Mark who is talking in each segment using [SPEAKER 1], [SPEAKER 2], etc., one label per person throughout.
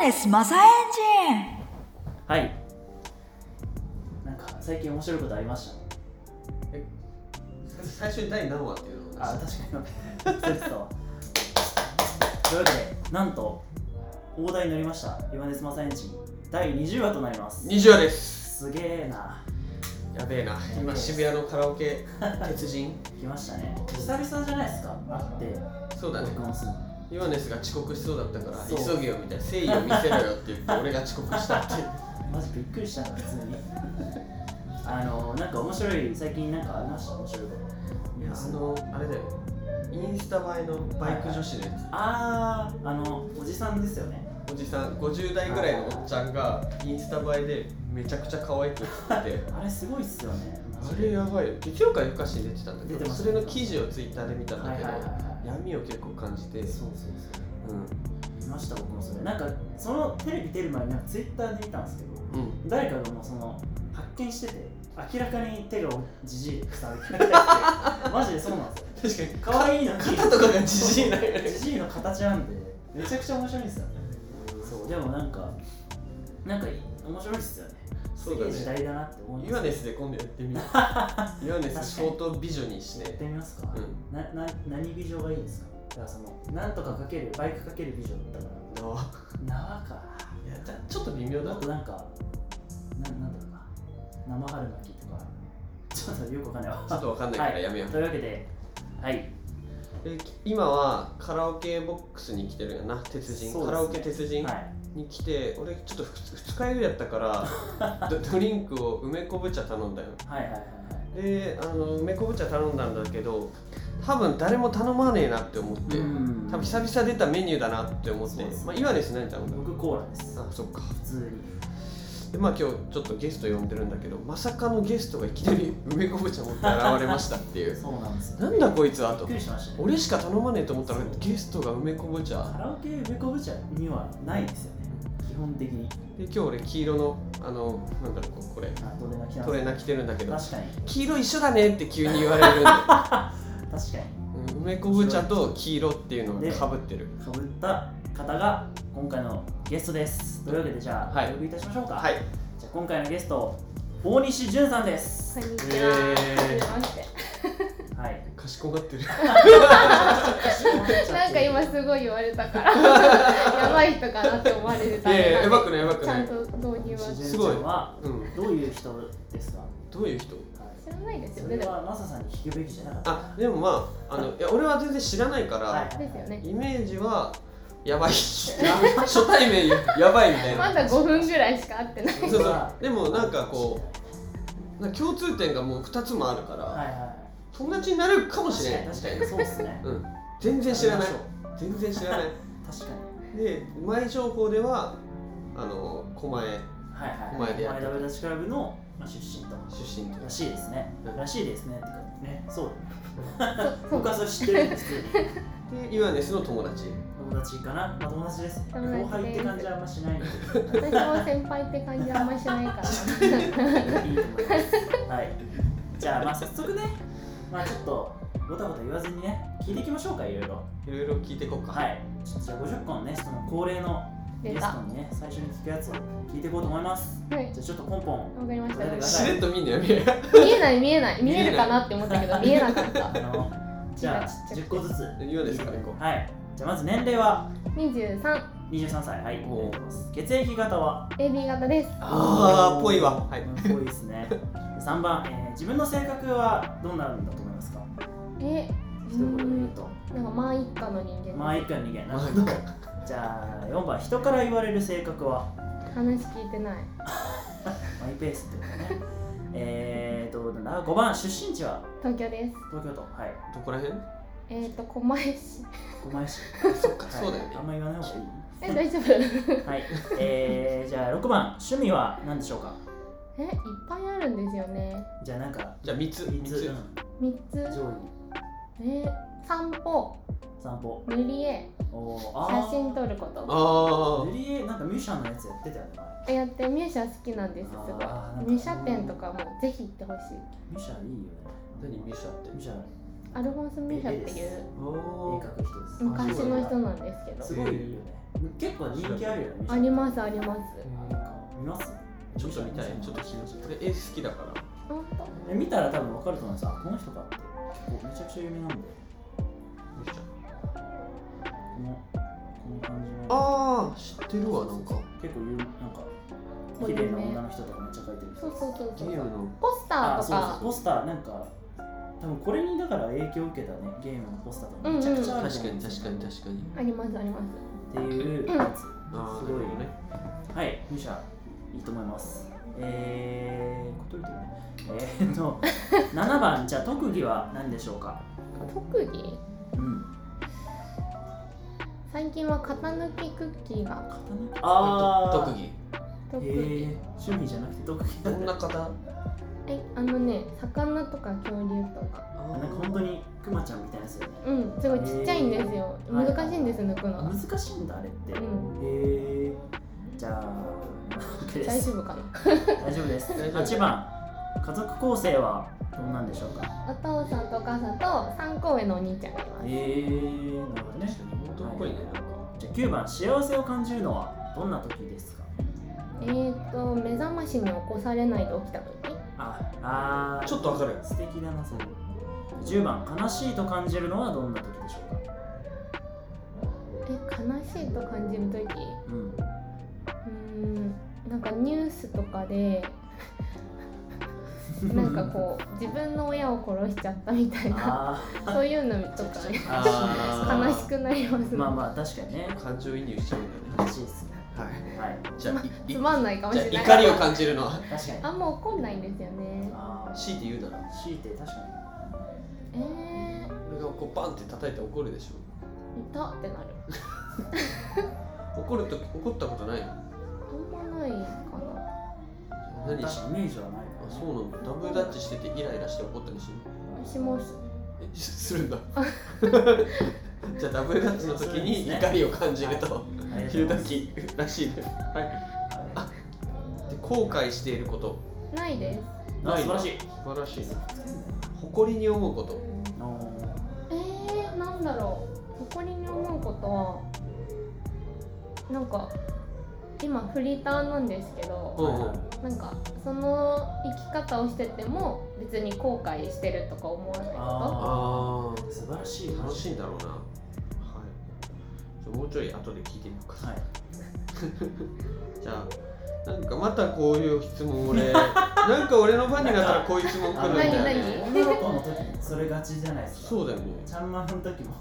[SPEAKER 1] ですマサエンジン
[SPEAKER 2] はいなんか最近面白いことありましたね
[SPEAKER 3] 最初に第何話っていうのを出
[SPEAKER 2] あ
[SPEAKER 3] し
[SPEAKER 2] 確かに忘れてたわというわけでなんと大台に乗りました「今ですマサエンジン」第20話となります
[SPEAKER 3] 20話です
[SPEAKER 2] すげえな
[SPEAKER 3] やべえな今渋谷のカラオケ鉄人
[SPEAKER 2] 来ましたね久々じゃないですか会って
[SPEAKER 3] そうだね
[SPEAKER 2] 録音するの
[SPEAKER 3] ヨネスが遅刻しそうだったから
[SPEAKER 2] そう
[SPEAKER 3] 急げよみたいな誠意を見せろよって言って俺が遅刻した っていう
[SPEAKER 2] マジびっくりしたな普通に あのなんか面白い最近なんかありました面白いこと
[SPEAKER 3] いやあのあれだよインスタ映えのバイク女子のや
[SPEAKER 2] あーあのおじさんですよね
[SPEAKER 3] つおじさん50代ぐらいのおっちゃんがインスタ映えでめちゃくちゃ可愛く写ってて
[SPEAKER 2] あれすごいっすよね
[SPEAKER 3] あれやばいよ月曜かゆかしに出てたんだけ
[SPEAKER 2] 出て
[SPEAKER 3] ど
[SPEAKER 2] ます
[SPEAKER 3] それの記事をツイッターで見たん
[SPEAKER 2] は
[SPEAKER 3] だ
[SPEAKER 2] い
[SPEAKER 3] け
[SPEAKER 2] はいはい
[SPEAKER 3] ど
[SPEAKER 2] は
[SPEAKER 3] 闇を結構感じて
[SPEAKER 2] いそうそうそう
[SPEAKER 3] う
[SPEAKER 2] 見ました僕もそれなんかそのテレビ出る前になんかツイッターで見たんですけど
[SPEAKER 3] んうん
[SPEAKER 2] 誰かがもうその発見してて明らかに手がじじいでさ明らかに手マジでそうなんですよ
[SPEAKER 3] 確かに
[SPEAKER 2] 可愛いのに
[SPEAKER 3] 肩とかがジジイなんよね
[SPEAKER 2] じじいの形なんでめちゃくちゃ面白いんですよねそうでもなんかなんか面白いっすよね
[SPEAKER 3] そ
[SPEAKER 2] す
[SPEAKER 3] う
[SPEAKER 2] げ
[SPEAKER 3] だ
[SPEAKER 2] え
[SPEAKER 3] ね
[SPEAKER 2] 時代だなって思い
[SPEAKER 3] イワ
[SPEAKER 2] ます
[SPEAKER 3] ネスで今度やってみようイワネス相当美女に し
[SPEAKER 2] やっ
[SPEAKER 3] ね
[SPEAKER 2] てみますか、
[SPEAKER 3] うん
[SPEAKER 2] なな何美女がいいですかだからそのなんとかかけるバイクかける美女だったか
[SPEAKER 3] あ
[SPEAKER 2] ら縄か
[SPEAKER 3] いやじゃあちょっと微妙だ
[SPEAKER 2] あとなんかななんだろうな生春巻きとかちょっとよくわかんないわ
[SPEAKER 3] ちょっとわかんないからやめよう、
[SPEAKER 2] というわけではい
[SPEAKER 3] え今はカラオケボックスに来てるよな鉄人、
[SPEAKER 2] そうですね
[SPEAKER 3] カラオケ鉄人
[SPEAKER 2] はい
[SPEAKER 3] に来て、俺ちょっと 2, 日酔いやったからドドリンクを梅昆布茶頼んだよ
[SPEAKER 2] はいはいはい
[SPEAKER 3] であの梅昆布茶頼んだんだけど多分誰も頼まねえなって思って
[SPEAKER 2] うん
[SPEAKER 3] 多分久々出たメニューだなって思って
[SPEAKER 2] そうそう
[SPEAKER 3] まあイワネス何頼んだの
[SPEAKER 2] 僕コーラです
[SPEAKER 3] あそっか
[SPEAKER 2] 普通に
[SPEAKER 3] でまあ今日ちょっとゲスト呼んでるんだけどまさかのゲストがいきなり梅昆布茶持って現れましたっていう
[SPEAKER 2] そうなんですよ
[SPEAKER 3] なんだこいつは
[SPEAKER 2] びっ
[SPEAKER 3] と
[SPEAKER 2] くりしましたね
[SPEAKER 3] 俺しか頼まねえと思ったらゲストが梅昆布茶
[SPEAKER 2] カラオケ梅昆布茶にはないですよね基本的に
[SPEAKER 3] で今日俺黄色のあのなんだろうここれ
[SPEAKER 2] あどれなきな
[SPEAKER 3] トレーナー着てるんだけど
[SPEAKER 2] 確かに
[SPEAKER 3] 黄色一緒だねって急に言われるんで
[SPEAKER 2] 確か
[SPEAKER 3] うん梅昆布茶と黄色っていうのがかぶってる
[SPEAKER 2] にかぶった方が今回のゲストですというわけでじゃあ、
[SPEAKER 3] はい
[SPEAKER 2] お呼びいたしましょうか、
[SPEAKER 3] はい
[SPEAKER 2] じゃあ今回のゲスト大西潤さんです
[SPEAKER 4] こんにち
[SPEAKER 3] え
[SPEAKER 4] は。
[SPEAKER 3] ー
[SPEAKER 4] はじめまして
[SPEAKER 2] はい
[SPEAKER 3] かしこま ってる
[SPEAKER 4] なんか今すごい言われたから、やばい人かなって思われてたん
[SPEAKER 3] いやいや
[SPEAKER 4] で
[SPEAKER 3] やばくないやばく
[SPEAKER 4] ち
[SPEAKER 3] な
[SPEAKER 4] ゃ
[SPEAKER 3] い
[SPEAKER 4] んと導入は
[SPEAKER 2] 大西
[SPEAKER 3] す
[SPEAKER 2] 潤
[SPEAKER 3] ごい
[SPEAKER 2] さんは
[SPEAKER 3] うん
[SPEAKER 2] どういう人ですか、は
[SPEAKER 3] どういう人
[SPEAKER 2] い
[SPEAKER 4] 知らないです
[SPEAKER 2] そ
[SPEAKER 4] よ
[SPEAKER 2] れ
[SPEAKER 4] ね。でも
[SPEAKER 2] はマサさんに聞くべきじゃなかった
[SPEAKER 3] あでもまああのいや俺は全然知らないから、
[SPEAKER 2] はい
[SPEAKER 4] ですよね。
[SPEAKER 3] イメージはやばい初対面やばいみたい
[SPEAKER 4] ま
[SPEAKER 3] な
[SPEAKER 4] だ5分ぐらいしか会ってない。
[SPEAKER 3] そうそうでもなんかこうなんか共通点がもう2つもあるから、
[SPEAKER 2] はいはいはい
[SPEAKER 3] 友達になるかもしれない
[SPEAKER 2] 確
[SPEAKER 3] み
[SPEAKER 2] か
[SPEAKER 3] たい
[SPEAKER 2] に確かに
[SPEAKER 3] な
[SPEAKER 2] そうですね
[SPEAKER 3] うん全然知らない
[SPEAKER 2] やり
[SPEAKER 3] 全然知らない
[SPEAKER 2] ましょう確かに
[SPEAKER 3] で前情報ではあの狛江
[SPEAKER 2] はいはい
[SPEAKER 3] 前でやってた
[SPEAKER 2] ダブルダッシュクラブのまあ出身と
[SPEAKER 3] 出身って
[SPEAKER 2] らしいですね
[SPEAKER 3] うん
[SPEAKER 2] らしいですねって感じねそうだね
[SPEAKER 4] そう
[SPEAKER 2] 僕はそれ知ってるんですけど
[SPEAKER 3] でイワネスの友達
[SPEAKER 2] 友達かなまあ友達です
[SPEAKER 4] 友達です
[SPEAKER 2] 後輩って感じはあんましないんで
[SPEAKER 4] 私は先輩って感じあんましないから。
[SPEAKER 2] いいと思いますはいじゃあまあ早速ねまあちょっとごたごた言わずにね聞いていきましょうかいろいろ
[SPEAKER 3] いろいろ聞いていこうか
[SPEAKER 2] はいちょっとじゃあ50個のねその恒例の
[SPEAKER 4] 出
[SPEAKER 2] ゲス
[SPEAKER 4] た。
[SPEAKER 2] ト
[SPEAKER 4] は
[SPEAKER 2] にね最初に聞くやつを聞いていこうと思います
[SPEAKER 4] い。わ
[SPEAKER 2] じゃあちょっとポンポン
[SPEAKER 4] かりまし
[SPEAKER 2] 答えてくだ
[SPEAKER 4] た。
[SPEAKER 3] し
[SPEAKER 2] さ
[SPEAKER 3] れ
[SPEAKER 2] い
[SPEAKER 3] っと見んのやめよ
[SPEAKER 4] 見えない見えない見えるかなって思ったけど見えなかった
[SPEAKER 2] あ。のじゃあ10個ずつ
[SPEAKER 3] うイワネスから行こ
[SPEAKER 2] はいじゃあまず年齢は
[SPEAKER 4] 23
[SPEAKER 2] 23歳はい
[SPEAKER 3] お
[SPEAKER 2] ありがとう
[SPEAKER 3] う
[SPEAKER 2] ございます血液型は
[SPEAKER 4] AB 型です。
[SPEAKER 3] あーぽいわはい
[SPEAKER 2] うんぽいですね。三番、えー自分の性格はどうなるんだと思いますか。
[SPEAKER 4] え、う
[SPEAKER 2] 一言で言うんと、
[SPEAKER 4] なんかまあ一家の人
[SPEAKER 2] まあ
[SPEAKER 4] 間で
[SPEAKER 2] 一回逃げな。
[SPEAKER 3] う
[SPEAKER 2] じゃあ四番、人から言われる性格は
[SPEAKER 4] す。話聞いてない。
[SPEAKER 2] マイペースってことね。えーと、どうだ五番、出身地は
[SPEAKER 4] 東京です。
[SPEAKER 2] 東京都。はい。
[SPEAKER 3] どこら辺
[SPEAKER 4] えっ、と狛江市。
[SPEAKER 2] 狛江市。
[SPEAKER 3] そっか
[SPEAKER 2] はい
[SPEAKER 3] そうだよね
[SPEAKER 2] あんま言わない方がいい。
[SPEAKER 4] え大丈夫 え
[SPEAKER 2] はい。えー、じゃあ六番、趣味は何でしょうか。
[SPEAKER 4] いっぱいあるんですよね
[SPEAKER 2] じゃあなんか
[SPEAKER 3] じゃあ3つ
[SPEAKER 2] 三
[SPEAKER 3] 3
[SPEAKER 2] つ、
[SPEAKER 3] つ
[SPEAKER 4] 3
[SPEAKER 2] うん
[SPEAKER 4] つ
[SPEAKER 2] 上位
[SPEAKER 4] え散歩
[SPEAKER 2] 散歩。
[SPEAKER 4] 塗り絵
[SPEAKER 2] おお、
[SPEAKER 4] 写真
[SPEAKER 2] る。
[SPEAKER 4] 撮るこ
[SPEAKER 3] あ
[SPEAKER 4] と
[SPEAKER 2] 塗り絵なんかミュージシャンのやつやってたよね。
[SPEAKER 4] えやってミューシャ好きなんですすごい
[SPEAKER 2] あーなんか
[SPEAKER 4] ミュシャ展とかもぜひ行ってほしい
[SPEAKER 2] ミュージシャンいいよね。
[SPEAKER 3] あ何見せたって
[SPEAKER 2] ミュージシャン
[SPEAKER 4] アルフォンス・ミュヒャっていう
[SPEAKER 2] 鋭
[SPEAKER 3] おー
[SPEAKER 2] 角人です
[SPEAKER 4] 昔の人なんですけど
[SPEAKER 2] すごいよね結構人気あるよねミシ
[SPEAKER 4] あ
[SPEAKER 2] ャ
[SPEAKER 4] りますあります
[SPEAKER 2] 見ます
[SPEAKER 3] ちょっと見たい、ちょっと気になる。絵好きだから。
[SPEAKER 4] 本
[SPEAKER 2] え見たら多分わかると思いますあこの人かって結構めちゃくちゃ有名なんでこのこの感じの
[SPEAKER 3] ああ、知ってるわ、なんか。
[SPEAKER 2] 結構有なんか
[SPEAKER 4] こうい
[SPEAKER 2] 綺
[SPEAKER 4] うね
[SPEAKER 2] 麗な女の人とかめっちゃ描いてる
[SPEAKER 4] 当そうそうそう
[SPEAKER 3] ゲ
[SPEAKER 4] そ
[SPEAKER 3] ーム
[SPEAKER 4] う
[SPEAKER 3] の。
[SPEAKER 4] ポスター
[SPEAKER 2] あ
[SPEAKER 4] と
[SPEAKER 2] そうそう
[SPEAKER 4] か
[SPEAKER 2] ポスターなんか多分これにだから影響を受けたねゲームのポスターとかめちゃくちゃあると思
[SPEAKER 3] 確か
[SPEAKER 2] うん
[SPEAKER 3] に、
[SPEAKER 2] ですよ
[SPEAKER 3] 確かに、確かに。
[SPEAKER 4] ありますありま
[SPEAKER 2] っ
[SPEAKER 4] す
[SPEAKER 2] ていうやつ、
[SPEAKER 3] ああ、
[SPEAKER 2] すごい
[SPEAKER 3] なるほどね。
[SPEAKER 2] はいミシャいいと思いますえー、ことるとねえー、っ と7番じゃあ特技は何でしょうか
[SPEAKER 4] 特技
[SPEAKER 2] うん
[SPEAKER 4] 最近は型抜きクッキーが
[SPEAKER 2] 型抜きあー
[SPEAKER 3] 特技。
[SPEAKER 4] 特技、
[SPEAKER 2] えー、趣味じゃなくて特技
[SPEAKER 3] ど
[SPEAKER 2] だ
[SPEAKER 3] んな方。
[SPEAKER 4] えあのね魚とか恐竜とか
[SPEAKER 2] なんか本当にクマちゃんみたいなやつよね
[SPEAKER 4] うんすごいちっちゃいんですよ、
[SPEAKER 2] えー
[SPEAKER 4] 難しいんです抜くのが
[SPEAKER 2] 難しいんだあれって、
[SPEAKER 4] うん
[SPEAKER 2] えー、じゃあ OK で
[SPEAKER 4] 大
[SPEAKER 2] す
[SPEAKER 4] 丈夫かな
[SPEAKER 2] 大丈夫です
[SPEAKER 3] 大丈夫
[SPEAKER 2] 8番家族構成はどんなんでしょうか
[SPEAKER 4] お父さんとお母さんと3個上のお兄ちゃんがいます、
[SPEAKER 2] えー、なるほどね
[SPEAKER 3] 確かに、本当っぽいね、なんか。
[SPEAKER 2] じゃあ9番幸せを感じるのはどんな時ですか
[SPEAKER 4] えー、と目覚ましに起こされないで起きた時
[SPEAKER 2] ああー
[SPEAKER 3] ちょっとわかる。
[SPEAKER 2] 素敵だなそれ10番悲しいと感じるのはどんな時でしょうか
[SPEAKER 4] え悲しいと感じる時
[SPEAKER 2] うん
[SPEAKER 4] うーんなんかニュースとかでなんかこう自分の親を殺しちゃったみたいな
[SPEAKER 2] あ
[SPEAKER 4] そういうのとかね
[SPEAKER 3] あー
[SPEAKER 4] 悲しくなります
[SPEAKER 2] ー
[SPEAKER 4] ね、
[SPEAKER 2] まあまあ確かにね
[SPEAKER 3] 感情移入しちゃうんだ
[SPEAKER 2] 悲
[SPEAKER 3] ね。
[SPEAKER 2] しいですね
[SPEAKER 3] はい。
[SPEAKER 2] はい
[SPEAKER 3] じゃあ、いい
[SPEAKER 4] つまんないかもし
[SPEAKER 3] じゃあ
[SPEAKER 4] れない
[SPEAKER 3] 怒りを感じるのは。
[SPEAKER 2] 確かに
[SPEAKER 4] あんま怒んないんですよね
[SPEAKER 2] あ
[SPEAKER 3] 強いて言うなら。
[SPEAKER 2] あ強いて確かに
[SPEAKER 4] えー、
[SPEAKER 3] 俺がこうバンって叩いて怒るでしょ
[SPEAKER 4] いたってなる
[SPEAKER 3] 怒ると怒ったことないの
[SPEAKER 4] あんまないかな
[SPEAKER 3] 何
[SPEAKER 2] 確
[SPEAKER 3] し
[SPEAKER 2] かにイメージはないか
[SPEAKER 3] あ
[SPEAKER 2] らね
[SPEAKER 3] そうなんだダブルダッチしててイライラして怒ったりし
[SPEAKER 4] 私も
[SPEAKER 3] えしするんだ じゃあダブルダッチの時に怒りを感じる
[SPEAKER 2] あり
[SPEAKER 3] と
[SPEAKER 2] がとう
[SPEAKER 3] 昼
[SPEAKER 2] ございます
[SPEAKER 3] 時らしいですはいで後悔していること
[SPEAKER 4] ないです
[SPEAKER 2] あ
[SPEAKER 3] ない
[SPEAKER 2] 素晴らしい
[SPEAKER 3] 素晴らしい誇りに思うこと
[SPEAKER 2] お
[SPEAKER 4] えー、なんだろう誇りに思うことはなんか今フリーターなんですけど
[SPEAKER 3] うんうん
[SPEAKER 4] なんかその生き方をしてても別に後悔してるとか思わないこ
[SPEAKER 3] あ
[SPEAKER 2] ー素晴らしい
[SPEAKER 3] あ楽しいん
[SPEAKER 2] だ
[SPEAKER 3] だろうなはいちょもうちょい後で聞いてみようか
[SPEAKER 2] はい
[SPEAKER 3] じゃあなんかまたこういう質問俺なんか俺のファンになったらこういう質問来るんだよ
[SPEAKER 4] 何
[SPEAKER 3] ね
[SPEAKER 4] 何
[SPEAKER 2] 女の子の時にそれがちじゃないですか
[SPEAKER 3] そうだよね
[SPEAKER 2] ちゃんまんの時も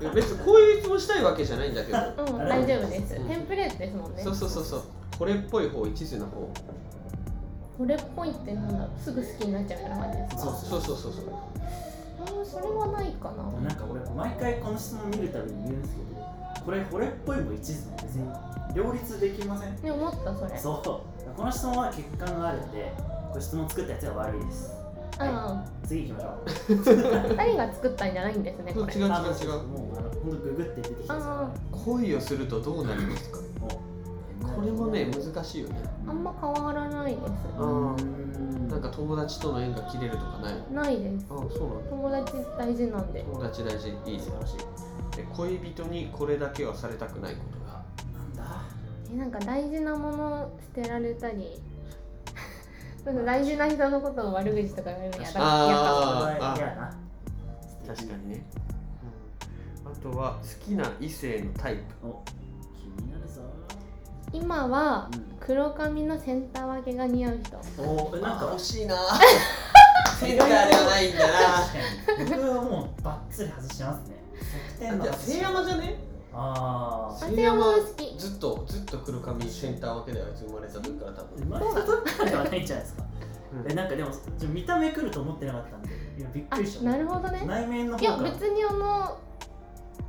[SPEAKER 3] いや別にこういう質問したいわけじゃないんだけど
[SPEAKER 4] とうん大丈夫です
[SPEAKER 3] うん
[SPEAKER 4] テンプレートですもんね
[SPEAKER 3] そうそうそうそうこれっぽい方一途な方
[SPEAKER 4] これっぽいってなんだろうすぐ好きになっちゃうような感じですか
[SPEAKER 2] そう
[SPEAKER 3] そうそうそうそう
[SPEAKER 4] あーそれはないかな
[SPEAKER 2] なんか俺毎回この質問見るたびに言うんですけどこれ惚れっぽいも一途なんですよ両立できません
[SPEAKER 4] ね思ったそれ
[SPEAKER 2] そうこの質問は欠陥があるんでこれ質問作ったやつは悪いです
[SPEAKER 4] あ
[SPEAKER 2] 次行きましょう
[SPEAKER 4] あ2人が作ったんじゃないんですねこれ
[SPEAKER 3] 違う違う
[SPEAKER 2] あ
[SPEAKER 3] 違う
[SPEAKER 2] もうあのほんとググって出てきたやつ
[SPEAKER 4] あ
[SPEAKER 3] 恋をするとどうなりますか
[SPEAKER 2] もう
[SPEAKER 3] これもね難しいよね
[SPEAKER 4] あんま変わらないです
[SPEAKER 2] うーん
[SPEAKER 3] なんか友達との縁が切れるとかないあ
[SPEAKER 4] ないです
[SPEAKER 3] そうなんだ
[SPEAKER 4] 友達大事なんで
[SPEAKER 3] 友達大事いいね
[SPEAKER 2] 素晴らしい
[SPEAKER 3] で恋人にこれだけはされたくないことが
[SPEAKER 2] なんだ
[SPEAKER 4] えなんか大事なもの捨てられたり なんか大事な人のことを悪口とか言うのやだやだ
[SPEAKER 3] あー
[SPEAKER 2] これ嫌やな
[SPEAKER 3] 確かにね、うん、あとは好きな異性のタイプ
[SPEAKER 2] お気になるぞ
[SPEAKER 4] 今は
[SPEAKER 2] うん
[SPEAKER 4] 黒髪のセンター分けが似合う人
[SPEAKER 2] おえなんか
[SPEAKER 3] 惜 しいなセンターではないんだな
[SPEAKER 2] 確かに僕はもうバッツリ外してますね100点の
[SPEAKER 3] いや聖山じゃね
[SPEAKER 2] ああ
[SPEAKER 4] あ聖山は好き
[SPEAKER 3] ずっとずっと黒髪センターわけだよあいつ生まれた時から多
[SPEAKER 2] 生
[SPEAKER 3] 分
[SPEAKER 2] まれた時からではないんじゃないですか
[SPEAKER 3] うん
[SPEAKER 2] えなんかでもちょ見た目来ると思ってなかったんでいやびっ
[SPEAKER 4] あ
[SPEAKER 2] くりした
[SPEAKER 4] なるほどね
[SPEAKER 2] 内面の
[SPEAKER 4] い
[SPEAKER 2] 方
[SPEAKER 4] や
[SPEAKER 2] が
[SPEAKER 4] 別にあの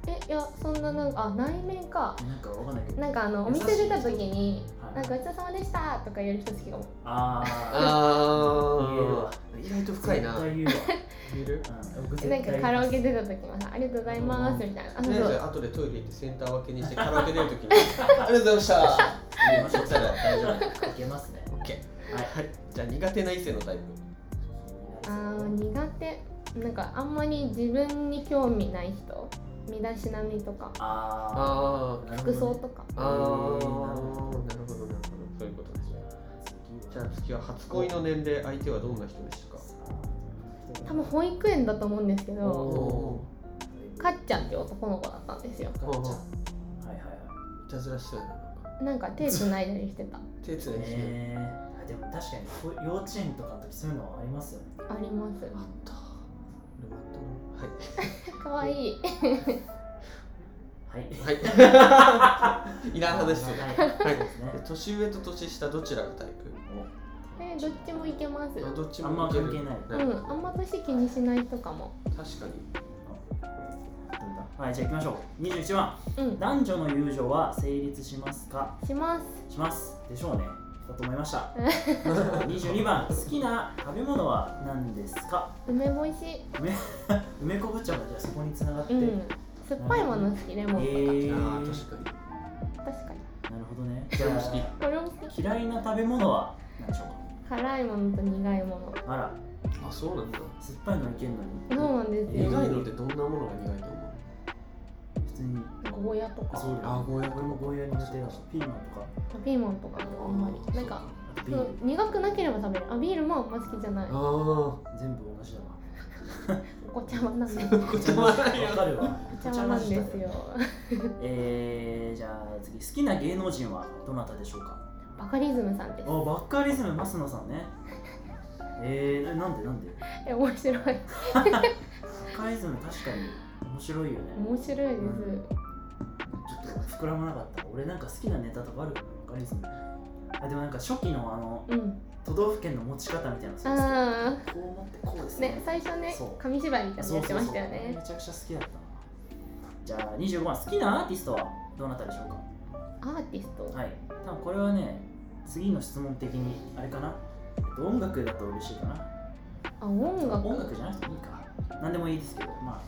[SPEAKER 4] えいやそんななんかあ内面か
[SPEAKER 2] なんかわかんないけど
[SPEAKER 4] なんかあのお店出た時に
[SPEAKER 2] は
[SPEAKER 4] 「
[SPEAKER 2] い
[SPEAKER 4] なんかごちそうさまでした」とか言える人好きかも
[SPEAKER 2] ああ
[SPEAKER 3] あー意外と深いな
[SPEAKER 2] 絶対言うわ
[SPEAKER 3] いる
[SPEAKER 2] うん僕
[SPEAKER 4] え
[SPEAKER 2] 絶
[SPEAKER 4] な
[SPEAKER 2] 対
[SPEAKER 4] んかカラオケ出た時もさ「ありがとうございます」みたいなあ
[SPEAKER 3] と
[SPEAKER 4] そう
[SPEAKER 3] りあえず
[SPEAKER 4] そう
[SPEAKER 3] 後でトイレ行ってセンター分けにしてカラオケ出るときにありがとうございました
[SPEAKER 2] 言いましょう大丈夫いけますね
[SPEAKER 3] オッケー
[SPEAKER 2] はい
[SPEAKER 3] はいじゃあ苦手な異性のタイプ
[SPEAKER 4] あー苦手なんかあんまり自分に興味ない人身だしなみとか
[SPEAKER 2] あ
[SPEAKER 3] あ
[SPEAKER 2] あ、
[SPEAKER 3] ー
[SPEAKER 2] なるほ
[SPEAKER 4] 服
[SPEAKER 2] ど
[SPEAKER 4] 装
[SPEAKER 2] ね
[SPEAKER 4] とか
[SPEAKER 3] あーなるほどなるほどそういうことですねじゃあ次は初恋の年齢相手はどんな人でしたか
[SPEAKER 4] 多分保育園だと思うんですけど
[SPEAKER 3] お
[SPEAKER 4] かっちゃんって男の子だったんですよ
[SPEAKER 3] お
[SPEAKER 2] はいはいはい
[SPEAKER 3] いたずらしそうやななんか
[SPEAKER 4] なんか手繋いだりしてた
[SPEAKER 3] 手つないして
[SPEAKER 2] えー、でも確かにそう幼稚園とかの時そういうのはありますよね
[SPEAKER 4] ありま
[SPEAKER 3] あ
[SPEAKER 4] す
[SPEAKER 3] った俺もあっ
[SPEAKER 4] かわいい
[SPEAKER 2] はい
[SPEAKER 3] たなはい はいいらん話ですよ
[SPEAKER 2] はい
[SPEAKER 3] はい
[SPEAKER 2] そうですね
[SPEAKER 3] え年上と年下どちらがタイプ
[SPEAKER 4] えどっちもいけます
[SPEAKER 3] あどっち
[SPEAKER 2] あんま
[SPEAKER 3] もいける
[SPEAKER 2] 関係ない
[SPEAKER 4] うんあんま年気にしない人かも
[SPEAKER 3] 確かに
[SPEAKER 2] はいじゃあ行きましょう21番
[SPEAKER 4] うん
[SPEAKER 2] 男女の友情は成立しますか
[SPEAKER 4] します
[SPEAKER 2] しますでしょうねだと思いました 22番好きな食べ物は何ですか
[SPEAKER 4] 梅干し
[SPEAKER 2] 梅梅昆布茶がじゃあそこに繋がって、
[SPEAKER 4] う
[SPEAKER 2] え
[SPEAKER 4] ん酸っぱいもの好きレモンと
[SPEAKER 2] ー、
[SPEAKER 3] あ
[SPEAKER 2] な
[SPEAKER 3] ー
[SPEAKER 2] る
[SPEAKER 3] 確かに
[SPEAKER 4] か確かに
[SPEAKER 2] ほどねじ
[SPEAKER 3] そ
[SPEAKER 2] ゃ
[SPEAKER 3] れも好き
[SPEAKER 2] あ
[SPEAKER 4] これも好き
[SPEAKER 2] 嫌いな食べ物は何でしょ
[SPEAKER 4] 辛いものと苦いもの
[SPEAKER 2] うかあら
[SPEAKER 3] あそうなんだ
[SPEAKER 2] 酸っぱいのいけんのに
[SPEAKER 4] そうなんです
[SPEAKER 2] え
[SPEAKER 3] 苦い
[SPEAKER 4] よ
[SPEAKER 2] ー
[SPEAKER 3] のってどんなものが苦いと思う
[SPEAKER 2] 普通に
[SPEAKER 4] ゴーヤとか
[SPEAKER 2] そうだ
[SPEAKER 3] あ
[SPEAKER 2] よ
[SPEAKER 3] ゴーヤ
[SPEAKER 2] 俺もゴーヤ苦手だしピーマンとか
[SPEAKER 4] ピーマンとかもあんまりなんか
[SPEAKER 2] あとビ
[SPEAKER 4] そ
[SPEAKER 2] ー
[SPEAKER 4] う
[SPEAKER 2] ル
[SPEAKER 4] 苦くなければ食べるあビールもあんま好きじゃない
[SPEAKER 3] ああ
[SPEAKER 2] 全部同じだわ
[SPEAKER 4] お茶碗なんで
[SPEAKER 3] 言葉ないよ
[SPEAKER 2] わかるわ
[SPEAKER 4] お茶碗なんですよ
[SPEAKER 2] えー、じゃあ次好きな芸能人はどなたでしょうか
[SPEAKER 4] バカリズムさんで
[SPEAKER 2] あ
[SPEAKER 4] す
[SPEAKER 2] バッカリズム増野さんねえー、ななんでなんで
[SPEAKER 4] え面白い
[SPEAKER 2] バッカリズム確かに面白いよね
[SPEAKER 4] 面白いです
[SPEAKER 2] ちょっと膨らまなかった俺なんか好きなネタとかあるかなバッカリズムあでもなんか初期のあの
[SPEAKER 4] うん
[SPEAKER 2] 都道府県の持ち方みたいなのそう
[SPEAKER 4] あ
[SPEAKER 2] ですこう持ってこうです
[SPEAKER 4] あね最初ね
[SPEAKER 2] そう
[SPEAKER 4] 紙芝居みたいなのやってましたよ
[SPEAKER 2] そうそうそう
[SPEAKER 4] ね
[SPEAKER 2] めちゃくちゃ好きだったなじゃあ25番好きなアーティストはどなたでしょうか
[SPEAKER 4] アーティスト
[SPEAKER 2] はい、多分これはね、次の質問的にあれかな、えっと、音楽だと嬉しいかな。
[SPEAKER 4] あ音楽
[SPEAKER 2] 音楽じゃなくてもいいか。何でもいいですけど、ま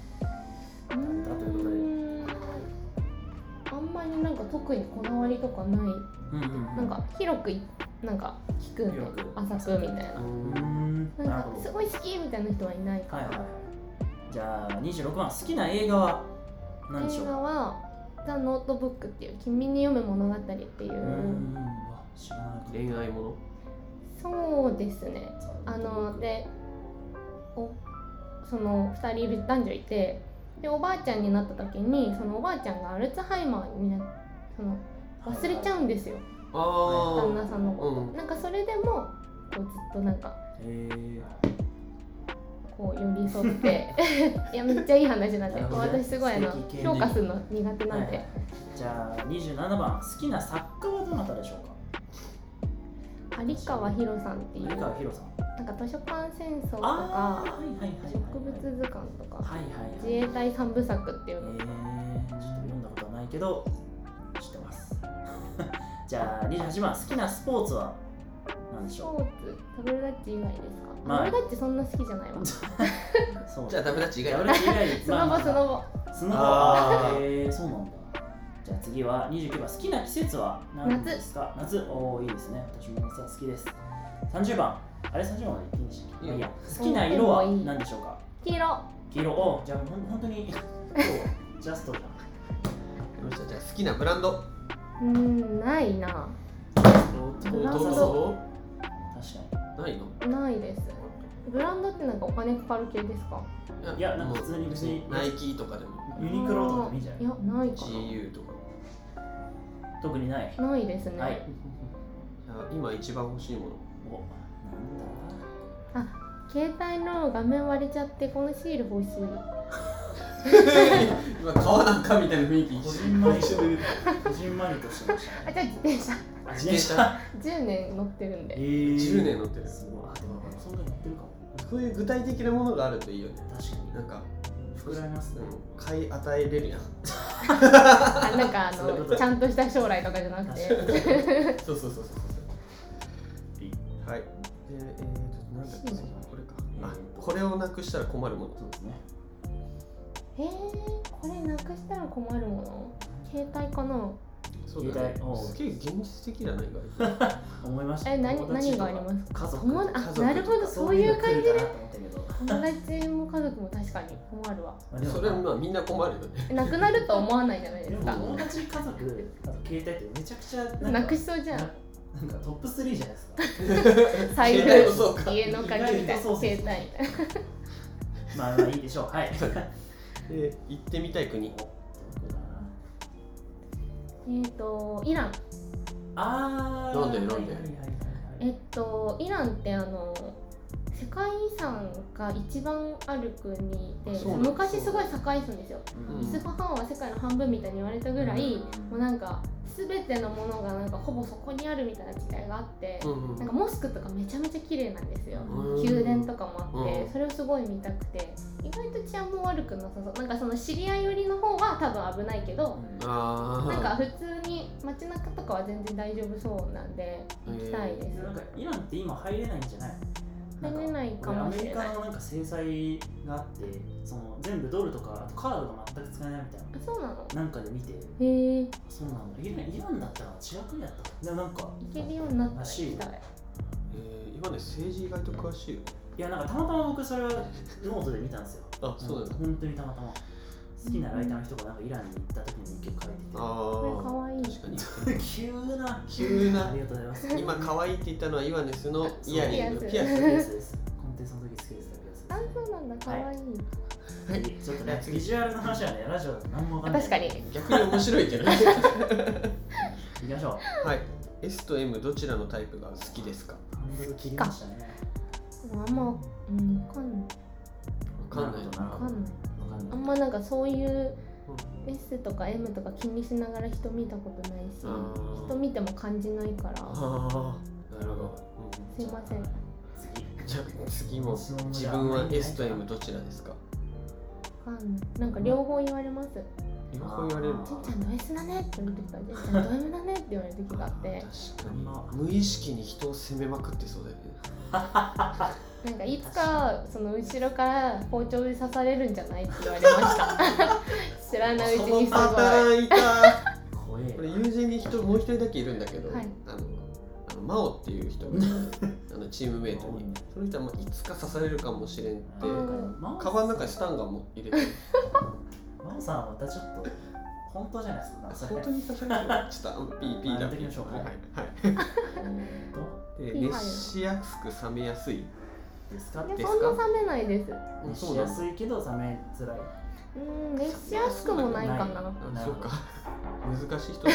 [SPEAKER 4] うーんあんまりなんか特にこだわりとかな
[SPEAKER 2] あ、う
[SPEAKER 4] い
[SPEAKER 2] んうん、うん。
[SPEAKER 4] なん、か広くいなんか聞くんで
[SPEAKER 2] 広く
[SPEAKER 4] 浅くみたいな
[SPEAKER 2] うーん、な
[SPEAKER 4] な
[SPEAKER 2] るほ
[SPEAKER 4] んか
[SPEAKER 2] ど
[SPEAKER 4] す。ごい好きみたいな人はいないか
[SPEAKER 2] はい
[SPEAKER 4] ら、
[SPEAKER 2] はい。じゃあ、26番、好きな映画は何でしょ
[SPEAKER 4] 映
[SPEAKER 2] う
[SPEAKER 4] 画
[SPEAKER 2] か
[SPEAKER 4] は「ザ・ノートブック」っていう「君に読む物語」っていう
[SPEAKER 2] ー
[SPEAKER 4] う、
[SPEAKER 2] ん、うわ、知らなかっ
[SPEAKER 3] 恋愛もの
[SPEAKER 4] そうですね
[SPEAKER 2] た。
[SPEAKER 4] あのでおその2人いる男女いてでおばあちゃんになった時にそのおばあちゃんがアルツハイマーになその忘れちゃうんですよ
[SPEAKER 3] あ
[SPEAKER 4] 旦那さんの
[SPEAKER 3] あう
[SPEAKER 4] こ
[SPEAKER 3] ん
[SPEAKER 4] となんかそれでもこうずっとなんか
[SPEAKER 2] へえ
[SPEAKER 4] こう寄り添って いやめっちゃいい話なんで
[SPEAKER 2] なるほどね
[SPEAKER 4] 私すごいあの
[SPEAKER 2] 素敵系ね
[SPEAKER 4] 評価するの苦手
[SPEAKER 2] ー。
[SPEAKER 4] なんで、
[SPEAKER 2] はいじゃあ、27番、好きな作家はどなたでしょうか
[SPEAKER 4] 有川博さんっていう
[SPEAKER 2] 森川博さん。
[SPEAKER 4] なんか図書館戦争と
[SPEAKER 2] あー、
[SPEAKER 4] か
[SPEAKER 2] はいはいはいはい。
[SPEAKER 4] 植物図鑑とか
[SPEAKER 2] はいはいはい。
[SPEAKER 4] 自衛隊三部作ってい
[SPEAKER 2] えー、ちょっ
[SPEAKER 4] うの
[SPEAKER 2] と読んだことはないけど知ってます じゃあ28番好きなスポーツは何で
[SPEAKER 4] ス
[SPEAKER 2] し
[SPEAKER 4] ポ
[SPEAKER 2] ょ
[SPEAKER 4] ーツタブルダッチ以外ですか、
[SPEAKER 2] まあ
[SPEAKER 4] タブルダッチそんな好きじゃないわ
[SPEAKER 2] う
[SPEAKER 4] ス
[SPEAKER 2] そう
[SPEAKER 3] じゃあダメだち以外は
[SPEAKER 2] 俺以外 に
[SPEAKER 4] ノボスノボ
[SPEAKER 2] ボスノボ
[SPEAKER 3] あ
[SPEAKER 2] えー、そうなんだじゃあ次は29番好きな季節は何ですか夏おおいいですね私も夏は好きです30番あれ30番まで言っていいんでしたっけ
[SPEAKER 3] いい
[SPEAKER 2] ま
[SPEAKER 3] よ
[SPEAKER 2] あいいや好きな色は
[SPEAKER 4] でもいい
[SPEAKER 2] 何でしょうか
[SPEAKER 4] 黄色
[SPEAKER 2] 黄色おじゃあほん本当に今日ジャストじゃん
[SPEAKER 3] よっしゃじゃあ好きなブランド
[SPEAKER 4] うーんないなブランド
[SPEAKER 3] ど
[SPEAKER 2] 確か
[SPEAKER 3] うないの
[SPEAKER 4] ないですブランドってなんかお金かかる系ですか
[SPEAKER 2] いやなんか普通に別に
[SPEAKER 3] もうナイキとかでも
[SPEAKER 2] にユニクロとかでもいいんじゃない
[SPEAKER 4] いやないか
[SPEAKER 3] GU とか
[SPEAKER 2] 特にない
[SPEAKER 4] なないですね、
[SPEAKER 2] はい
[SPEAKER 3] じゃあ今一番欲しいもの
[SPEAKER 2] おなんだ
[SPEAKER 4] 携帯の画面割れちゃってこのシール欲しい
[SPEAKER 3] 今買わなんかみたいな雰囲気
[SPEAKER 2] こじんまりこじんまりとしてましたね
[SPEAKER 4] あじゃあ自転車
[SPEAKER 2] あ
[SPEAKER 3] 自転車
[SPEAKER 4] 10年乗ってるん
[SPEAKER 2] え
[SPEAKER 4] で
[SPEAKER 2] ー、
[SPEAKER 3] 10年乗ってる
[SPEAKER 2] すごいあでもそんなに乗ってるかも
[SPEAKER 3] そういう具体的なものがあるといいよね
[SPEAKER 2] 確か
[SPEAKER 3] なんか
[SPEAKER 2] に膨らみますね
[SPEAKER 3] うん買い与えれるやん
[SPEAKER 4] あなんかあ
[SPEAKER 2] そういうこ
[SPEAKER 4] の
[SPEAKER 2] と
[SPEAKER 4] ちゃんとした将来とかじゃなくて
[SPEAKER 2] 確かに
[SPEAKER 3] そうそうそうそうそうはいでえーとなんだっけ
[SPEAKER 4] 欲しいも
[SPEAKER 3] これかあこれをなくしたら困るもの
[SPEAKER 2] そうですね
[SPEAKER 4] えー、これなくしたら困るもの携帯かな
[SPEAKER 3] そうだね
[SPEAKER 2] 携帯おう
[SPEAKER 3] すげえ現実的だな意外と
[SPEAKER 2] 思いました
[SPEAKER 4] え何
[SPEAKER 2] 友達
[SPEAKER 4] 何
[SPEAKER 2] と
[SPEAKER 4] が
[SPEAKER 2] か
[SPEAKER 4] ありますか
[SPEAKER 2] 家族
[SPEAKER 4] 友
[SPEAKER 2] と
[SPEAKER 4] 達
[SPEAKER 3] 家族
[SPEAKER 4] あなるほどそういう感じ
[SPEAKER 2] そういうの来るかなと
[SPEAKER 4] で
[SPEAKER 2] 思ったけど
[SPEAKER 4] 友達も家族も確かに困るわ
[SPEAKER 2] まあでも
[SPEAKER 3] それはまあみんな困るよね
[SPEAKER 4] なくなるとは思わないじゃないで
[SPEAKER 2] ですも
[SPEAKER 4] か
[SPEAKER 2] 友達家族あと携帯ってめちゃくちゃなんか
[SPEAKER 4] なくしそうじゃ
[SPEAKER 2] なんなんかトップ3じゃないです か
[SPEAKER 4] 財
[SPEAKER 3] 携帯も
[SPEAKER 4] 布
[SPEAKER 3] そうか、
[SPEAKER 4] 家の鍵みたいな
[SPEAKER 2] そうそうそう
[SPEAKER 4] 携帯みたいな
[SPEAKER 2] まあまあいいでしょうはいどこだ
[SPEAKER 3] で行ってみたい国
[SPEAKER 4] えっとイラン
[SPEAKER 2] なあー
[SPEAKER 3] なんでなんで
[SPEAKER 2] はいはいはいはい
[SPEAKER 4] えっとイランってあの世界遺産が一番ある国で
[SPEAKER 3] そうなんだ
[SPEAKER 4] 昔すごい栄えてたんですよ
[SPEAKER 2] うん
[SPEAKER 4] イスファハンは世界の半分みたいに言われたぐらい、
[SPEAKER 2] うん
[SPEAKER 4] もうなんか全てのものがなんかほぼそこにあるみたいな時代があって、
[SPEAKER 3] うんうん
[SPEAKER 4] なんかモスクとかめちゃめちゃ綺麗なんですよ、
[SPEAKER 3] うん
[SPEAKER 4] 宮殿とかもあって、
[SPEAKER 3] うん
[SPEAKER 4] それをすごい見たくて意外と治安も悪くなさそうなんかその知り合い寄りの方は多分危ないけど、
[SPEAKER 3] あ
[SPEAKER 4] なんか
[SPEAKER 3] あ
[SPEAKER 4] 普通に街中とかは全然大丈夫そうなんで行きたいです、
[SPEAKER 2] なんかイランって今入れないんじゃない
[SPEAKER 4] 入れないかもしれない
[SPEAKER 2] んか俺アメリカのなんか制裁があってその全部ドルとかあとカードが全く使えないみたい
[SPEAKER 4] あそうなの
[SPEAKER 2] ななんかで見て
[SPEAKER 4] へえ行
[SPEAKER 2] そうなんだイランイランだったら違う国だったかなでもなんか
[SPEAKER 4] けるようになった
[SPEAKER 2] ら
[SPEAKER 4] ら行
[SPEAKER 2] し
[SPEAKER 4] き
[SPEAKER 2] い
[SPEAKER 4] たい
[SPEAKER 3] えー今ね政治意外と詳しいよ
[SPEAKER 2] いやなんかたまたま僕それはノートで見たんですよ
[SPEAKER 3] あそうだよ、
[SPEAKER 2] 本当にたまたま好きなライターの人がなんかイランに行った時に一曲書いてて
[SPEAKER 4] これ
[SPEAKER 3] あ
[SPEAKER 4] 可愛
[SPEAKER 3] あ
[SPEAKER 4] い
[SPEAKER 3] 確かに
[SPEAKER 2] 急な
[SPEAKER 3] 急な
[SPEAKER 2] あ りがとうございます
[SPEAKER 3] 今可愛いって言ったのはイワネスのイヤリング
[SPEAKER 4] ピ
[SPEAKER 3] ピ
[SPEAKER 4] ア
[SPEAKER 3] ア
[SPEAKER 4] ス
[SPEAKER 3] ス
[SPEAKER 2] ピアスですコンテンツの時好きですピアスです
[SPEAKER 4] あそうなんだ可愛い、
[SPEAKER 3] はい
[SPEAKER 2] ちょっとね、ビジュアルの話はね、ラジオだと何もわかんない。
[SPEAKER 4] 確かに。
[SPEAKER 3] 逆に面白いけ どね
[SPEAKER 2] 行きましょ
[SPEAKER 3] はい S と M どちらのタイプが好きですか
[SPEAKER 2] う。ハンドル切りましたね。
[SPEAKER 4] でもあんま、うん、わかん
[SPEAKER 3] わか
[SPEAKER 2] なるほど
[SPEAKER 3] んない
[SPEAKER 4] わかんない
[SPEAKER 2] な。わかん
[SPEAKER 4] あ
[SPEAKER 2] ない。
[SPEAKER 4] んまなんかそういう
[SPEAKER 3] う
[SPEAKER 4] S とか M とか気にしながら人見たことないし
[SPEAKER 3] あー
[SPEAKER 4] 人見ても感じないから
[SPEAKER 3] ああなるほど、
[SPEAKER 4] すいません
[SPEAKER 2] 次。
[SPEAKER 3] うん、じゃあ次も自分は S と M どちらですか
[SPEAKER 4] わかんないなんか両方言われます「
[SPEAKER 3] 両方言われるの
[SPEAKER 4] じんちゃんド S だね」って言われてきたら「じんちゃんド M だね」って言われる時があって
[SPEAKER 3] 確かに無意識に人を責めまくってそうだよね
[SPEAKER 4] なんかいつかその後ろから包丁で刺されるんじゃないって言われました 知らないうち
[SPEAKER 3] その
[SPEAKER 4] にすごい
[SPEAKER 3] パターンいた
[SPEAKER 2] 怖え。
[SPEAKER 3] これ友人に人もう一人だけいるんだけど、
[SPEAKER 4] はい
[SPEAKER 3] あのあのマオっていう人があのチームメイトにその人はもういつか刺されるかもしれんって
[SPEAKER 4] うん
[SPEAKER 2] マオ
[SPEAKER 3] カバンの中にスタンガンも入れて
[SPEAKER 2] マオさんはまたちょっと、本当じゃないですか。なんかそれ
[SPEAKER 3] 本当に刺されるちょっとあピーピーだ
[SPEAKER 2] あやめときましょうか
[SPEAKER 3] は
[SPEAKER 2] えー
[SPEAKER 3] いはい、で
[SPEAKER 4] ピー入る
[SPEAKER 3] 熱しやすく冷めやすい
[SPEAKER 2] とですか
[SPEAKER 4] いや
[SPEAKER 3] ですか
[SPEAKER 4] そんな冷めないです
[SPEAKER 2] 熱
[SPEAKER 3] そ
[SPEAKER 2] し
[SPEAKER 3] うな
[SPEAKER 2] や
[SPEAKER 3] んだ
[SPEAKER 2] すいけど冷めづらい。
[SPEAKER 4] うん熱しやすくもないかな
[SPEAKER 3] あそうか難しい人だ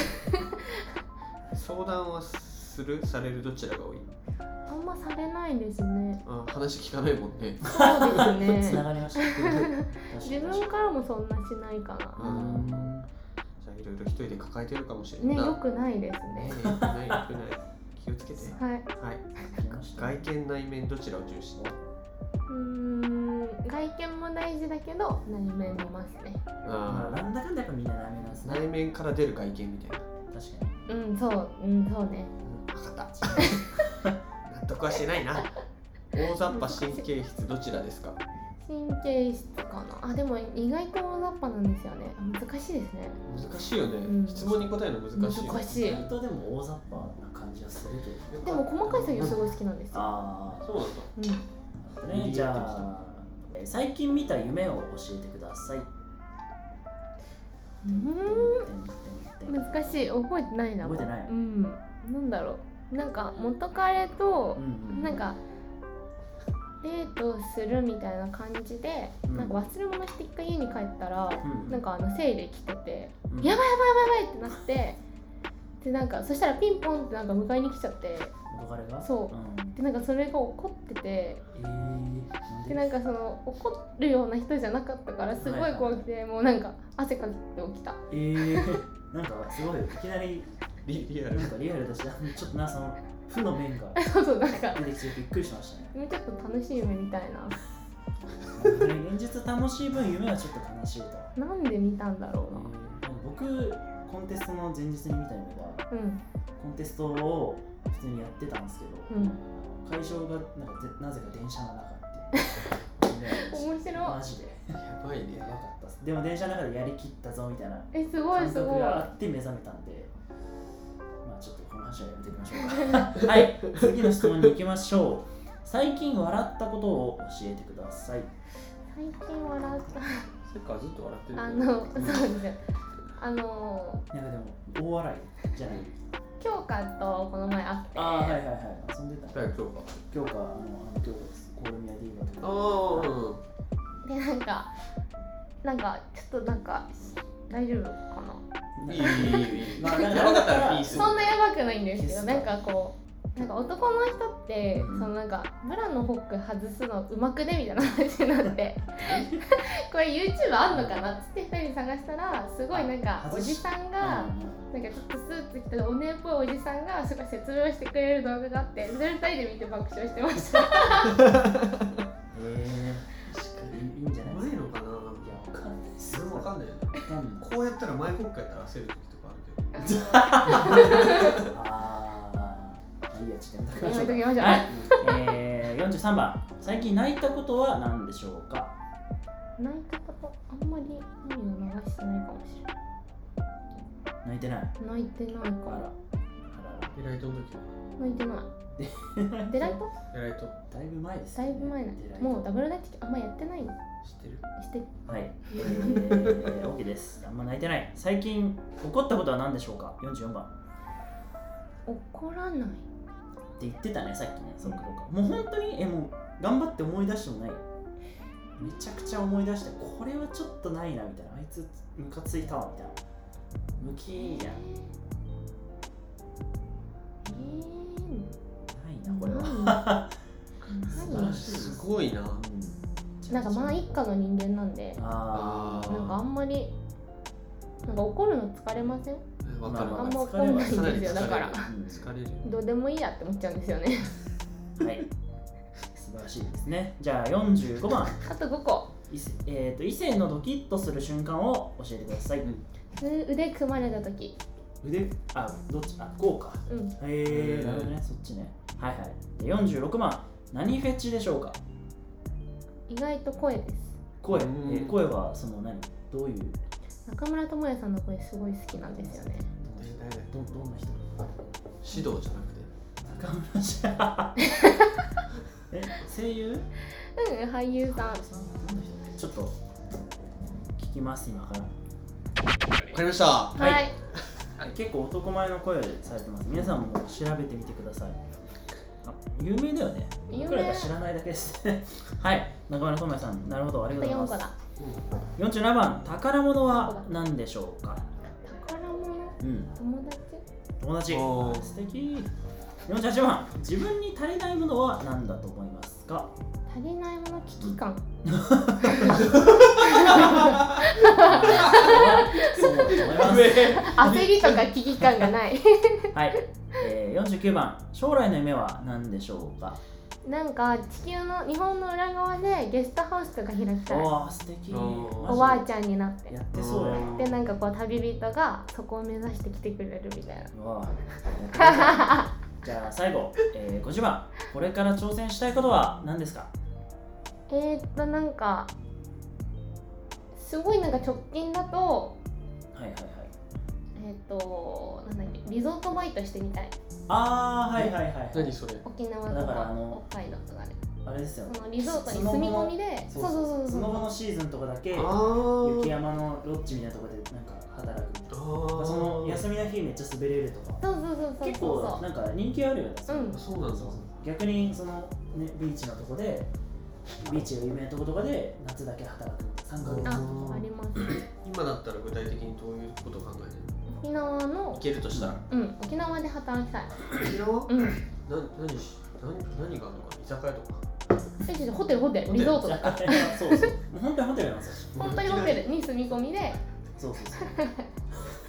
[SPEAKER 3] 相談はするされるどちらが多い
[SPEAKER 4] あんまされないですね
[SPEAKER 3] あ話聞かないもんね
[SPEAKER 4] そうで
[SPEAKER 2] つ
[SPEAKER 4] す
[SPEAKER 2] な
[SPEAKER 4] ね
[SPEAKER 2] がりました。確かに
[SPEAKER 4] 自分からもそんなしないか
[SPEAKER 3] う
[SPEAKER 4] な
[SPEAKER 2] うん
[SPEAKER 3] んじゃあいろいろ一人で抱えてるかもしれな
[SPEAKER 4] ね
[SPEAKER 3] いな
[SPEAKER 4] 良くないです
[SPEAKER 3] ね
[SPEAKER 4] ね
[SPEAKER 3] よくないよくない気をつけて
[SPEAKER 4] はい
[SPEAKER 3] はい
[SPEAKER 2] 聞きました
[SPEAKER 3] 外見内面どちらを重視
[SPEAKER 4] うーん外見も大事だけど内面もますね
[SPEAKER 2] まあ
[SPEAKER 3] あ
[SPEAKER 2] なんだかんだやっぱみんな悩みなんです
[SPEAKER 3] ー
[SPEAKER 2] ね。
[SPEAKER 3] 内面から出る外見みたいな
[SPEAKER 2] 確かに。
[SPEAKER 4] うんそううんそうね
[SPEAKER 3] うん分かった 納得はしてないな大雑把神経質どちらですか
[SPEAKER 4] 神経質かなあでも意外と大雑把なんですよねあ難しいですね
[SPEAKER 3] 難しいよね、
[SPEAKER 4] うん
[SPEAKER 3] 質問に答えるの難しいよ
[SPEAKER 4] 難しい
[SPEAKER 2] 意外とでも大雑把な感じはするけど。
[SPEAKER 4] でも細かい作業すごい好きなんですよ、
[SPEAKER 2] あ
[SPEAKER 3] そうなんだ
[SPEAKER 4] うん、
[SPEAKER 2] あ。ね、じゃあ、えー最近見た夢を教えてください。点々点
[SPEAKER 4] うーん
[SPEAKER 2] 々
[SPEAKER 4] 難しい覚えてないな
[SPEAKER 2] 覚えてない
[SPEAKER 4] うんなんだろうなんか元彼と
[SPEAKER 2] うんうん
[SPEAKER 4] なんかデートするみたいな感じで、
[SPEAKER 2] うん
[SPEAKER 4] なんか忘れ物して一回家に帰ったら、
[SPEAKER 2] うん
[SPEAKER 4] なんかあの生理来てて、
[SPEAKER 2] うん
[SPEAKER 4] やばいやばいやばいやばいってなってでなんかそしたらピンポンってなんか迎えに来ちゃって
[SPEAKER 2] 元彼が
[SPEAKER 4] そうんでなんかそれが怒ってて
[SPEAKER 2] えーなん
[SPEAKER 4] で
[SPEAKER 2] で
[SPEAKER 4] なんかその怒るような人じゃなかったからすごい怖くてもうなんか汗かいて起きた
[SPEAKER 2] えー、なんかすごいいきなり
[SPEAKER 3] リリアル
[SPEAKER 2] なんかリアルだしちょっとなその負の面が
[SPEAKER 4] そうそうなんか
[SPEAKER 2] 出てきてびっくりしました ね
[SPEAKER 4] ちょっと楽しい夢みたいな
[SPEAKER 2] なんかね現実楽しい分夢はちょっと悲しいと、
[SPEAKER 4] なんで見たんだろ
[SPEAKER 2] えーでも僕コンテストの前日に見た夢が
[SPEAKER 4] うなうん
[SPEAKER 2] コンテストを普通にやってたんですけど、
[SPEAKER 4] うん
[SPEAKER 2] 会場がなんかぜなぜか電車の中って いう夢を
[SPEAKER 4] 面白
[SPEAKER 2] マ
[SPEAKER 4] い
[SPEAKER 2] ジで
[SPEAKER 3] やばいね
[SPEAKER 2] やばかったっすでも電車の中でやりきったぞみたいな
[SPEAKER 4] えすごい
[SPEAKER 2] 感
[SPEAKER 4] す
[SPEAKER 2] 覚
[SPEAKER 4] ごい
[SPEAKER 2] があって目覚めたんで、まあちょっとこの話はやめておきましょうか。はい、次の質問に行きましょう。最近笑ったことを教えてください
[SPEAKER 4] 最近笑った
[SPEAKER 3] さっきからずっと笑ってる
[SPEAKER 4] あ
[SPEAKER 3] けど
[SPEAKER 4] のそうですよあの
[SPEAKER 2] なんかでも大笑いじゃない
[SPEAKER 4] 京香とこの前会って
[SPEAKER 2] ああはいはいはい遊んでた
[SPEAKER 3] 誰が今日か
[SPEAKER 2] 今日かあのあの今日ですコールミア D のと
[SPEAKER 3] あ
[SPEAKER 2] こ
[SPEAKER 3] あうん
[SPEAKER 4] でなんかなんかちょっとなんか大丈夫かない
[SPEAKER 3] いいいいいいいい
[SPEAKER 2] まあ
[SPEAKER 3] やばかったらいいっす
[SPEAKER 4] そんなやばくないんですけ
[SPEAKER 2] で
[SPEAKER 4] ど
[SPEAKER 2] すか
[SPEAKER 4] なんかこうなんか男の人って
[SPEAKER 2] うん
[SPEAKER 4] そのなんかブラのホック外すのうまくねみたいな話になって これ YouTube あんのかなっつって2人で探したらすごいなんかお
[SPEAKER 2] 外し
[SPEAKER 4] じさんが。なんかちょっとスーツ着たお姉っぽいおじさんがすごい説明してくれる動画があってそれ二人で見て爆笑してました
[SPEAKER 2] ええしっかりいいんじゃないです
[SPEAKER 3] 前
[SPEAKER 2] か
[SPEAKER 3] のかな
[SPEAKER 2] や
[SPEAKER 3] い
[SPEAKER 2] わかんないです
[SPEAKER 3] それもわかんないよね
[SPEAKER 2] わかんない
[SPEAKER 3] こうやったら前国会やったら焦る時とかあるけど
[SPEAKER 2] ああいいやちょっとやめとき
[SPEAKER 4] や
[SPEAKER 2] ましょ
[SPEAKER 4] め
[SPEAKER 2] うか
[SPEAKER 4] ときましょう
[SPEAKER 2] はいえー、43番最近泣いたことは何でしょうか
[SPEAKER 4] 泣いたことあんまり涙を流してないかもしれない
[SPEAKER 2] 泣いてない
[SPEAKER 4] 泣いてないか
[SPEAKER 2] あらあ
[SPEAKER 4] ら
[SPEAKER 2] ら
[SPEAKER 3] エライトの時は
[SPEAKER 4] 泣いてない
[SPEAKER 2] あ ら
[SPEAKER 4] デライト
[SPEAKER 3] エライト
[SPEAKER 2] だいぶ前です、
[SPEAKER 4] だ
[SPEAKER 2] ね、
[SPEAKER 4] いぶ前な
[SPEAKER 2] デライ
[SPEAKER 4] ん
[SPEAKER 2] ト
[SPEAKER 4] もうダブルダッチあんまやってないの
[SPEAKER 3] 知ってる
[SPEAKER 4] して
[SPEAKER 2] はい、えー、OK ですあんま泣いてない最近怒ったことは何でしょうか44番
[SPEAKER 4] 怒らない
[SPEAKER 2] って言ってたねさっきねそうかそうかもう本当にえもう頑張って思い出してもないめちゃくちゃ思い出してこれはちょっとないなみたいなあいつムカついたわみたいなムキーじゃん
[SPEAKER 4] え
[SPEAKER 2] な
[SPEAKER 4] ー
[SPEAKER 2] いなこれは
[SPEAKER 4] な
[SPEAKER 2] 素晴
[SPEAKER 4] 何
[SPEAKER 2] らしいです
[SPEAKER 3] すごいな
[SPEAKER 2] うん
[SPEAKER 4] なんかまあ一家の人間なんで
[SPEAKER 2] あー
[SPEAKER 4] なんかあんまりなんか怒るの疲れません
[SPEAKER 3] えわ
[SPEAKER 2] ま
[SPEAKER 3] か
[SPEAKER 2] あ
[SPEAKER 3] る
[SPEAKER 2] ま
[SPEAKER 4] あ
[SPEAKER 2] あま
[SPEAKER 4] んま
[SPEAKER 2] あ
[SPEAKER 4] 怒んないん
[SPEAKER 3] 疲れる
[SPEAKER 4] ですよだから
[SPEAKER 3] 疲
[SPEAKER 2] うん
[SPEAKER 3] 疲れるよ
[SPEAKER 4] どうでもいいやって思っちゃうんですよね
[SPEAKER 2] はい素晴らしいですねじゃあ45番
[SPEAKER 4] あと5個
[SPEAKER 2] いせえー、と異性のドキッとする瞬間を教えてください、
[SPEAKER 3] うん
[SPEAKER 4] う腕組まれた時
[SPEAKER 2] 腕あどっちあこうか
[SPEAKER 4] うん
[SPEAKER 2] へ
[SPEAKER 3] へ
[SPEAKER 2] え
[SPEAKER 3] ー
[SPEAKER 2] なるほどねそっちねはいはいで46番何フェチでしょうか
[SPEAKER 4] 意外と声です
[SPEAKER 2] 声、え
[SPEAKER 3] うん
[SPEAKER 2] ー声はその何どういう
[SPEAKER 4] 中村智也さんの声すごい好きなんですよね
[SPEAKER 3] え誰
[SPEAKER 2] どどんな人
[SPEAKER 3] 指導じゃなくて
[SPEAKER 2] 中村じゃえ声優
[SPEAKER 4] うん俳優さん
[SPEAKER 2] ちょっと聞きます今から
[SPEAKER 3] わかりました
[SPEAKER 2] はい
[SPEAKER 4] はい
[SPEAKER 2] 結構男前の声されてます皆さんも調べてみてくださいあ有名だよね
[SPEAKER 4] 有名
[SPEAKER 2] 僕らが知らないだけですね はい中村智也さんなるほどあり
[SPEAKER 4] あ
[SPEAKER 2] が
[SPEAKER 4] と
[SPEAKER 2] とうご
[SPEAKER 4] 4個
[SPEAKER 2] ざいま
[SPEAKER 4] だ
[SPEAKER 2] す47番宝物は何でしょうか
[SPEAKER 4] 宝物
[SPEAKER 2] うん
[SPEAKER 4] 友達
[SPEAKER 2] 友達
[SPEAKER 3] おー
[SPEAKER 2] 素敵48番自分に足りないものは何だと思います か
[SPEAKER 4] 足りないもの危機感
[SPEAKER 2] そうだと思います
[SPEAKER 3] 上
[SPEAKER 4] 焦りとか危機感がない
[SPEAKER 2] はい、えー、49番将来の夢は何でしょうか
[SPEAKER 4] なんか地球の日本の裏側でゲストハウスとか開きたい
[SPEAKER 2] おお素敵
[SPEAKER 3] おー
[SPEAKER 4] おばあ
[SPEAKER 2] ゃ
[SPEAKER 4] ちゃんになって
[SPEAKER 2] やってそうやな
[SPEAKER 4] でなんかこう旅人がそこを目指してきてくれるみたいな
[SPEAKER 2] うわあやってくださ いじゃあ最後、えー、50番これから挑戦したいことは何ですか
[SPEAKER 4] えー、っとなんかすごいなんか直近だと
[SPEAKER 2] はいはいはい
[SPEAKER 4] えー、っとなんだっけリゾートバイトしてみたい
[SPEAKER 2] ああはいはいはいは
[SPEAKER 3] 何
[SPEAKER 2] い
[SPEAKER 3] それ
[SPEAKER 4] 沖縄
[SPEAKER 2] だ
[SPEAKER 4] と
[SPEAKER 2] からあ
[SPEAKER 4] か
[SPEAKER 2] の
[SPEAKER 4] 北海道とかで
[SPEAKER 2] あれですよね
[SPEAKER 4] そのリゾートに住み込みでそうそうそう
[SPEAKER 2] ス
[SPEAKER 4] そう
[SPEAKER 2] ノボのシーズンとかだけ
[SPEAKER 3] あー
[SPEAKER 2] 雪山のロッジみたいなところでなんか働くみたいな
[SPEAKER 3] あ
[SPEAKER 2] その
[SPEAKER 3] ー
[SPEAKER 2] 休みの日めっちゃ滑れるとか
[SPEAKER 4] そうそうそうそう
[SPEAKER 2] 結構なんか人気あるよね
[SPEAKER 4] そううん
[SPEAKER 3] そうなんだ
[SPEAKER 2] 逆にその、ね、ビーチのとこでビーチが有名なとことかで夏だけ働く3ヶ月
[SPEAKER 4] ああります
[SPEAKER 3] 今だったら具体的にどういうこと考えてるの
[SPEAKER 4] 沖縄
[SPEAKER 3] い
[SPEAKER 4] の
[SPEAKER 3] けるとしたら
[SPEAKER 4] うん沖縄で働きたい
[SPEAKER 3] 沖縄
[SPEAKER 4] うん
[SPEAKER 3] な何し何何があるのかな居酒屋とか
[SPEAKER 4] え違う違うホテルホテルリゾートだから
[SPEAKER 2] そうそうもう本当にホテルなんですよ
[SPEAKER 4] 本当にホテルに住み込みで
[SPEAKER 2] そうそうそう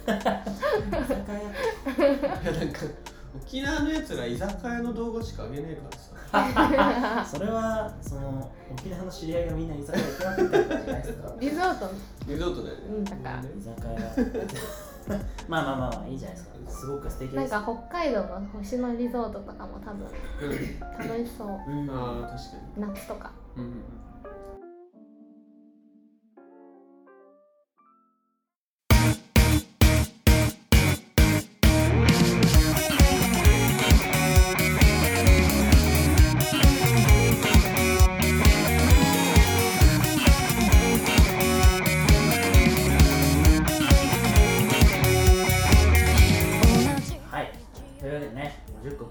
[SPEAKER 2] 居酒屋
[SPEAKER 3] いやなんか沖縄のやつら居酒屋の動画しか上げねえからさ
[SPEAKER 2] それはその沖縄の知り合いがみんな居酒屋行くわけってことじゃないです か
[SPEAKER 4] リゾート
[SPEAKER 3] リゾートだよね
[SPEAKER 4] うんだから
[SPEAKER 2] 居酒屋まあまあまあまあいいじゃないですかすごく素敵です
[SPEAKER 4] なんか北海道の星野リゾートとかも多分
[SPEAKER 3] うん
[SPEAKER 4] 楽しそう
[SPEAKER 2] うん
[SPEAKER 3] ああ確かに
[SPEAKER 4] 夏とか
[SPEAKER 3] うんうんうん
[SPEAKER 1] 「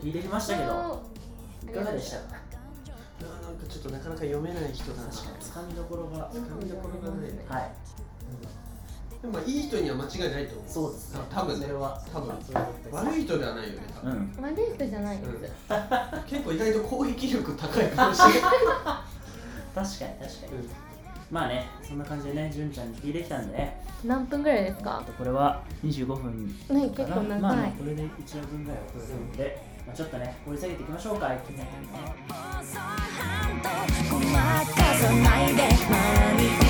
[SPEAKER 2] 聞いてきましたけどいかがでしたか
[SPEAKER 3] あなんかちょっとなかなか読めない人だな
[SPEAKER 2] 確かにつかみどころがは
[SPEAKER 4] それを
[SPEAKER 3] 掴みどころがない
[SPEAKER 2] い
[SPEAKER 3] でもまあいい人には間違いないと思う
[SPEAKER 2] そうですね
[SPEAKER 3] 多分ね
[SPEAKER 2] それは
[SPEAKER 3] 多分
[SPEAKER 2] それは絶対
[SPEAKER 3] 悪い人ではないよね多
[SPEAKER 2] う
[SPEAKER 3] 分
[SPEAKER 2] ん
[SPEAKER 4] 悪い人じゃないです、
[SPEAKER 3] 結構意外と攻撃力高いかもしれ ない
[SPEAKER 2] 確かに確かに
[SPEAKER 3] うん
[SPEAKER 2] まあねそんな感じでね純ちゃんに聞いてきたんでね
[SPEAKER 4] 何分ぐらいです
[SPEAKER 2] あ
[SPEAKER 4] か
[SPEAKER 2] とこれは25分
[SPEAKER 4] ね結構長い、
[SPEAKER 2] まあねこれで1話分ぐらいは取れるので、まあ、ちょっとね掘り下げていきましょうか気になってるね
[SPEAKER 1] ごまかさないで何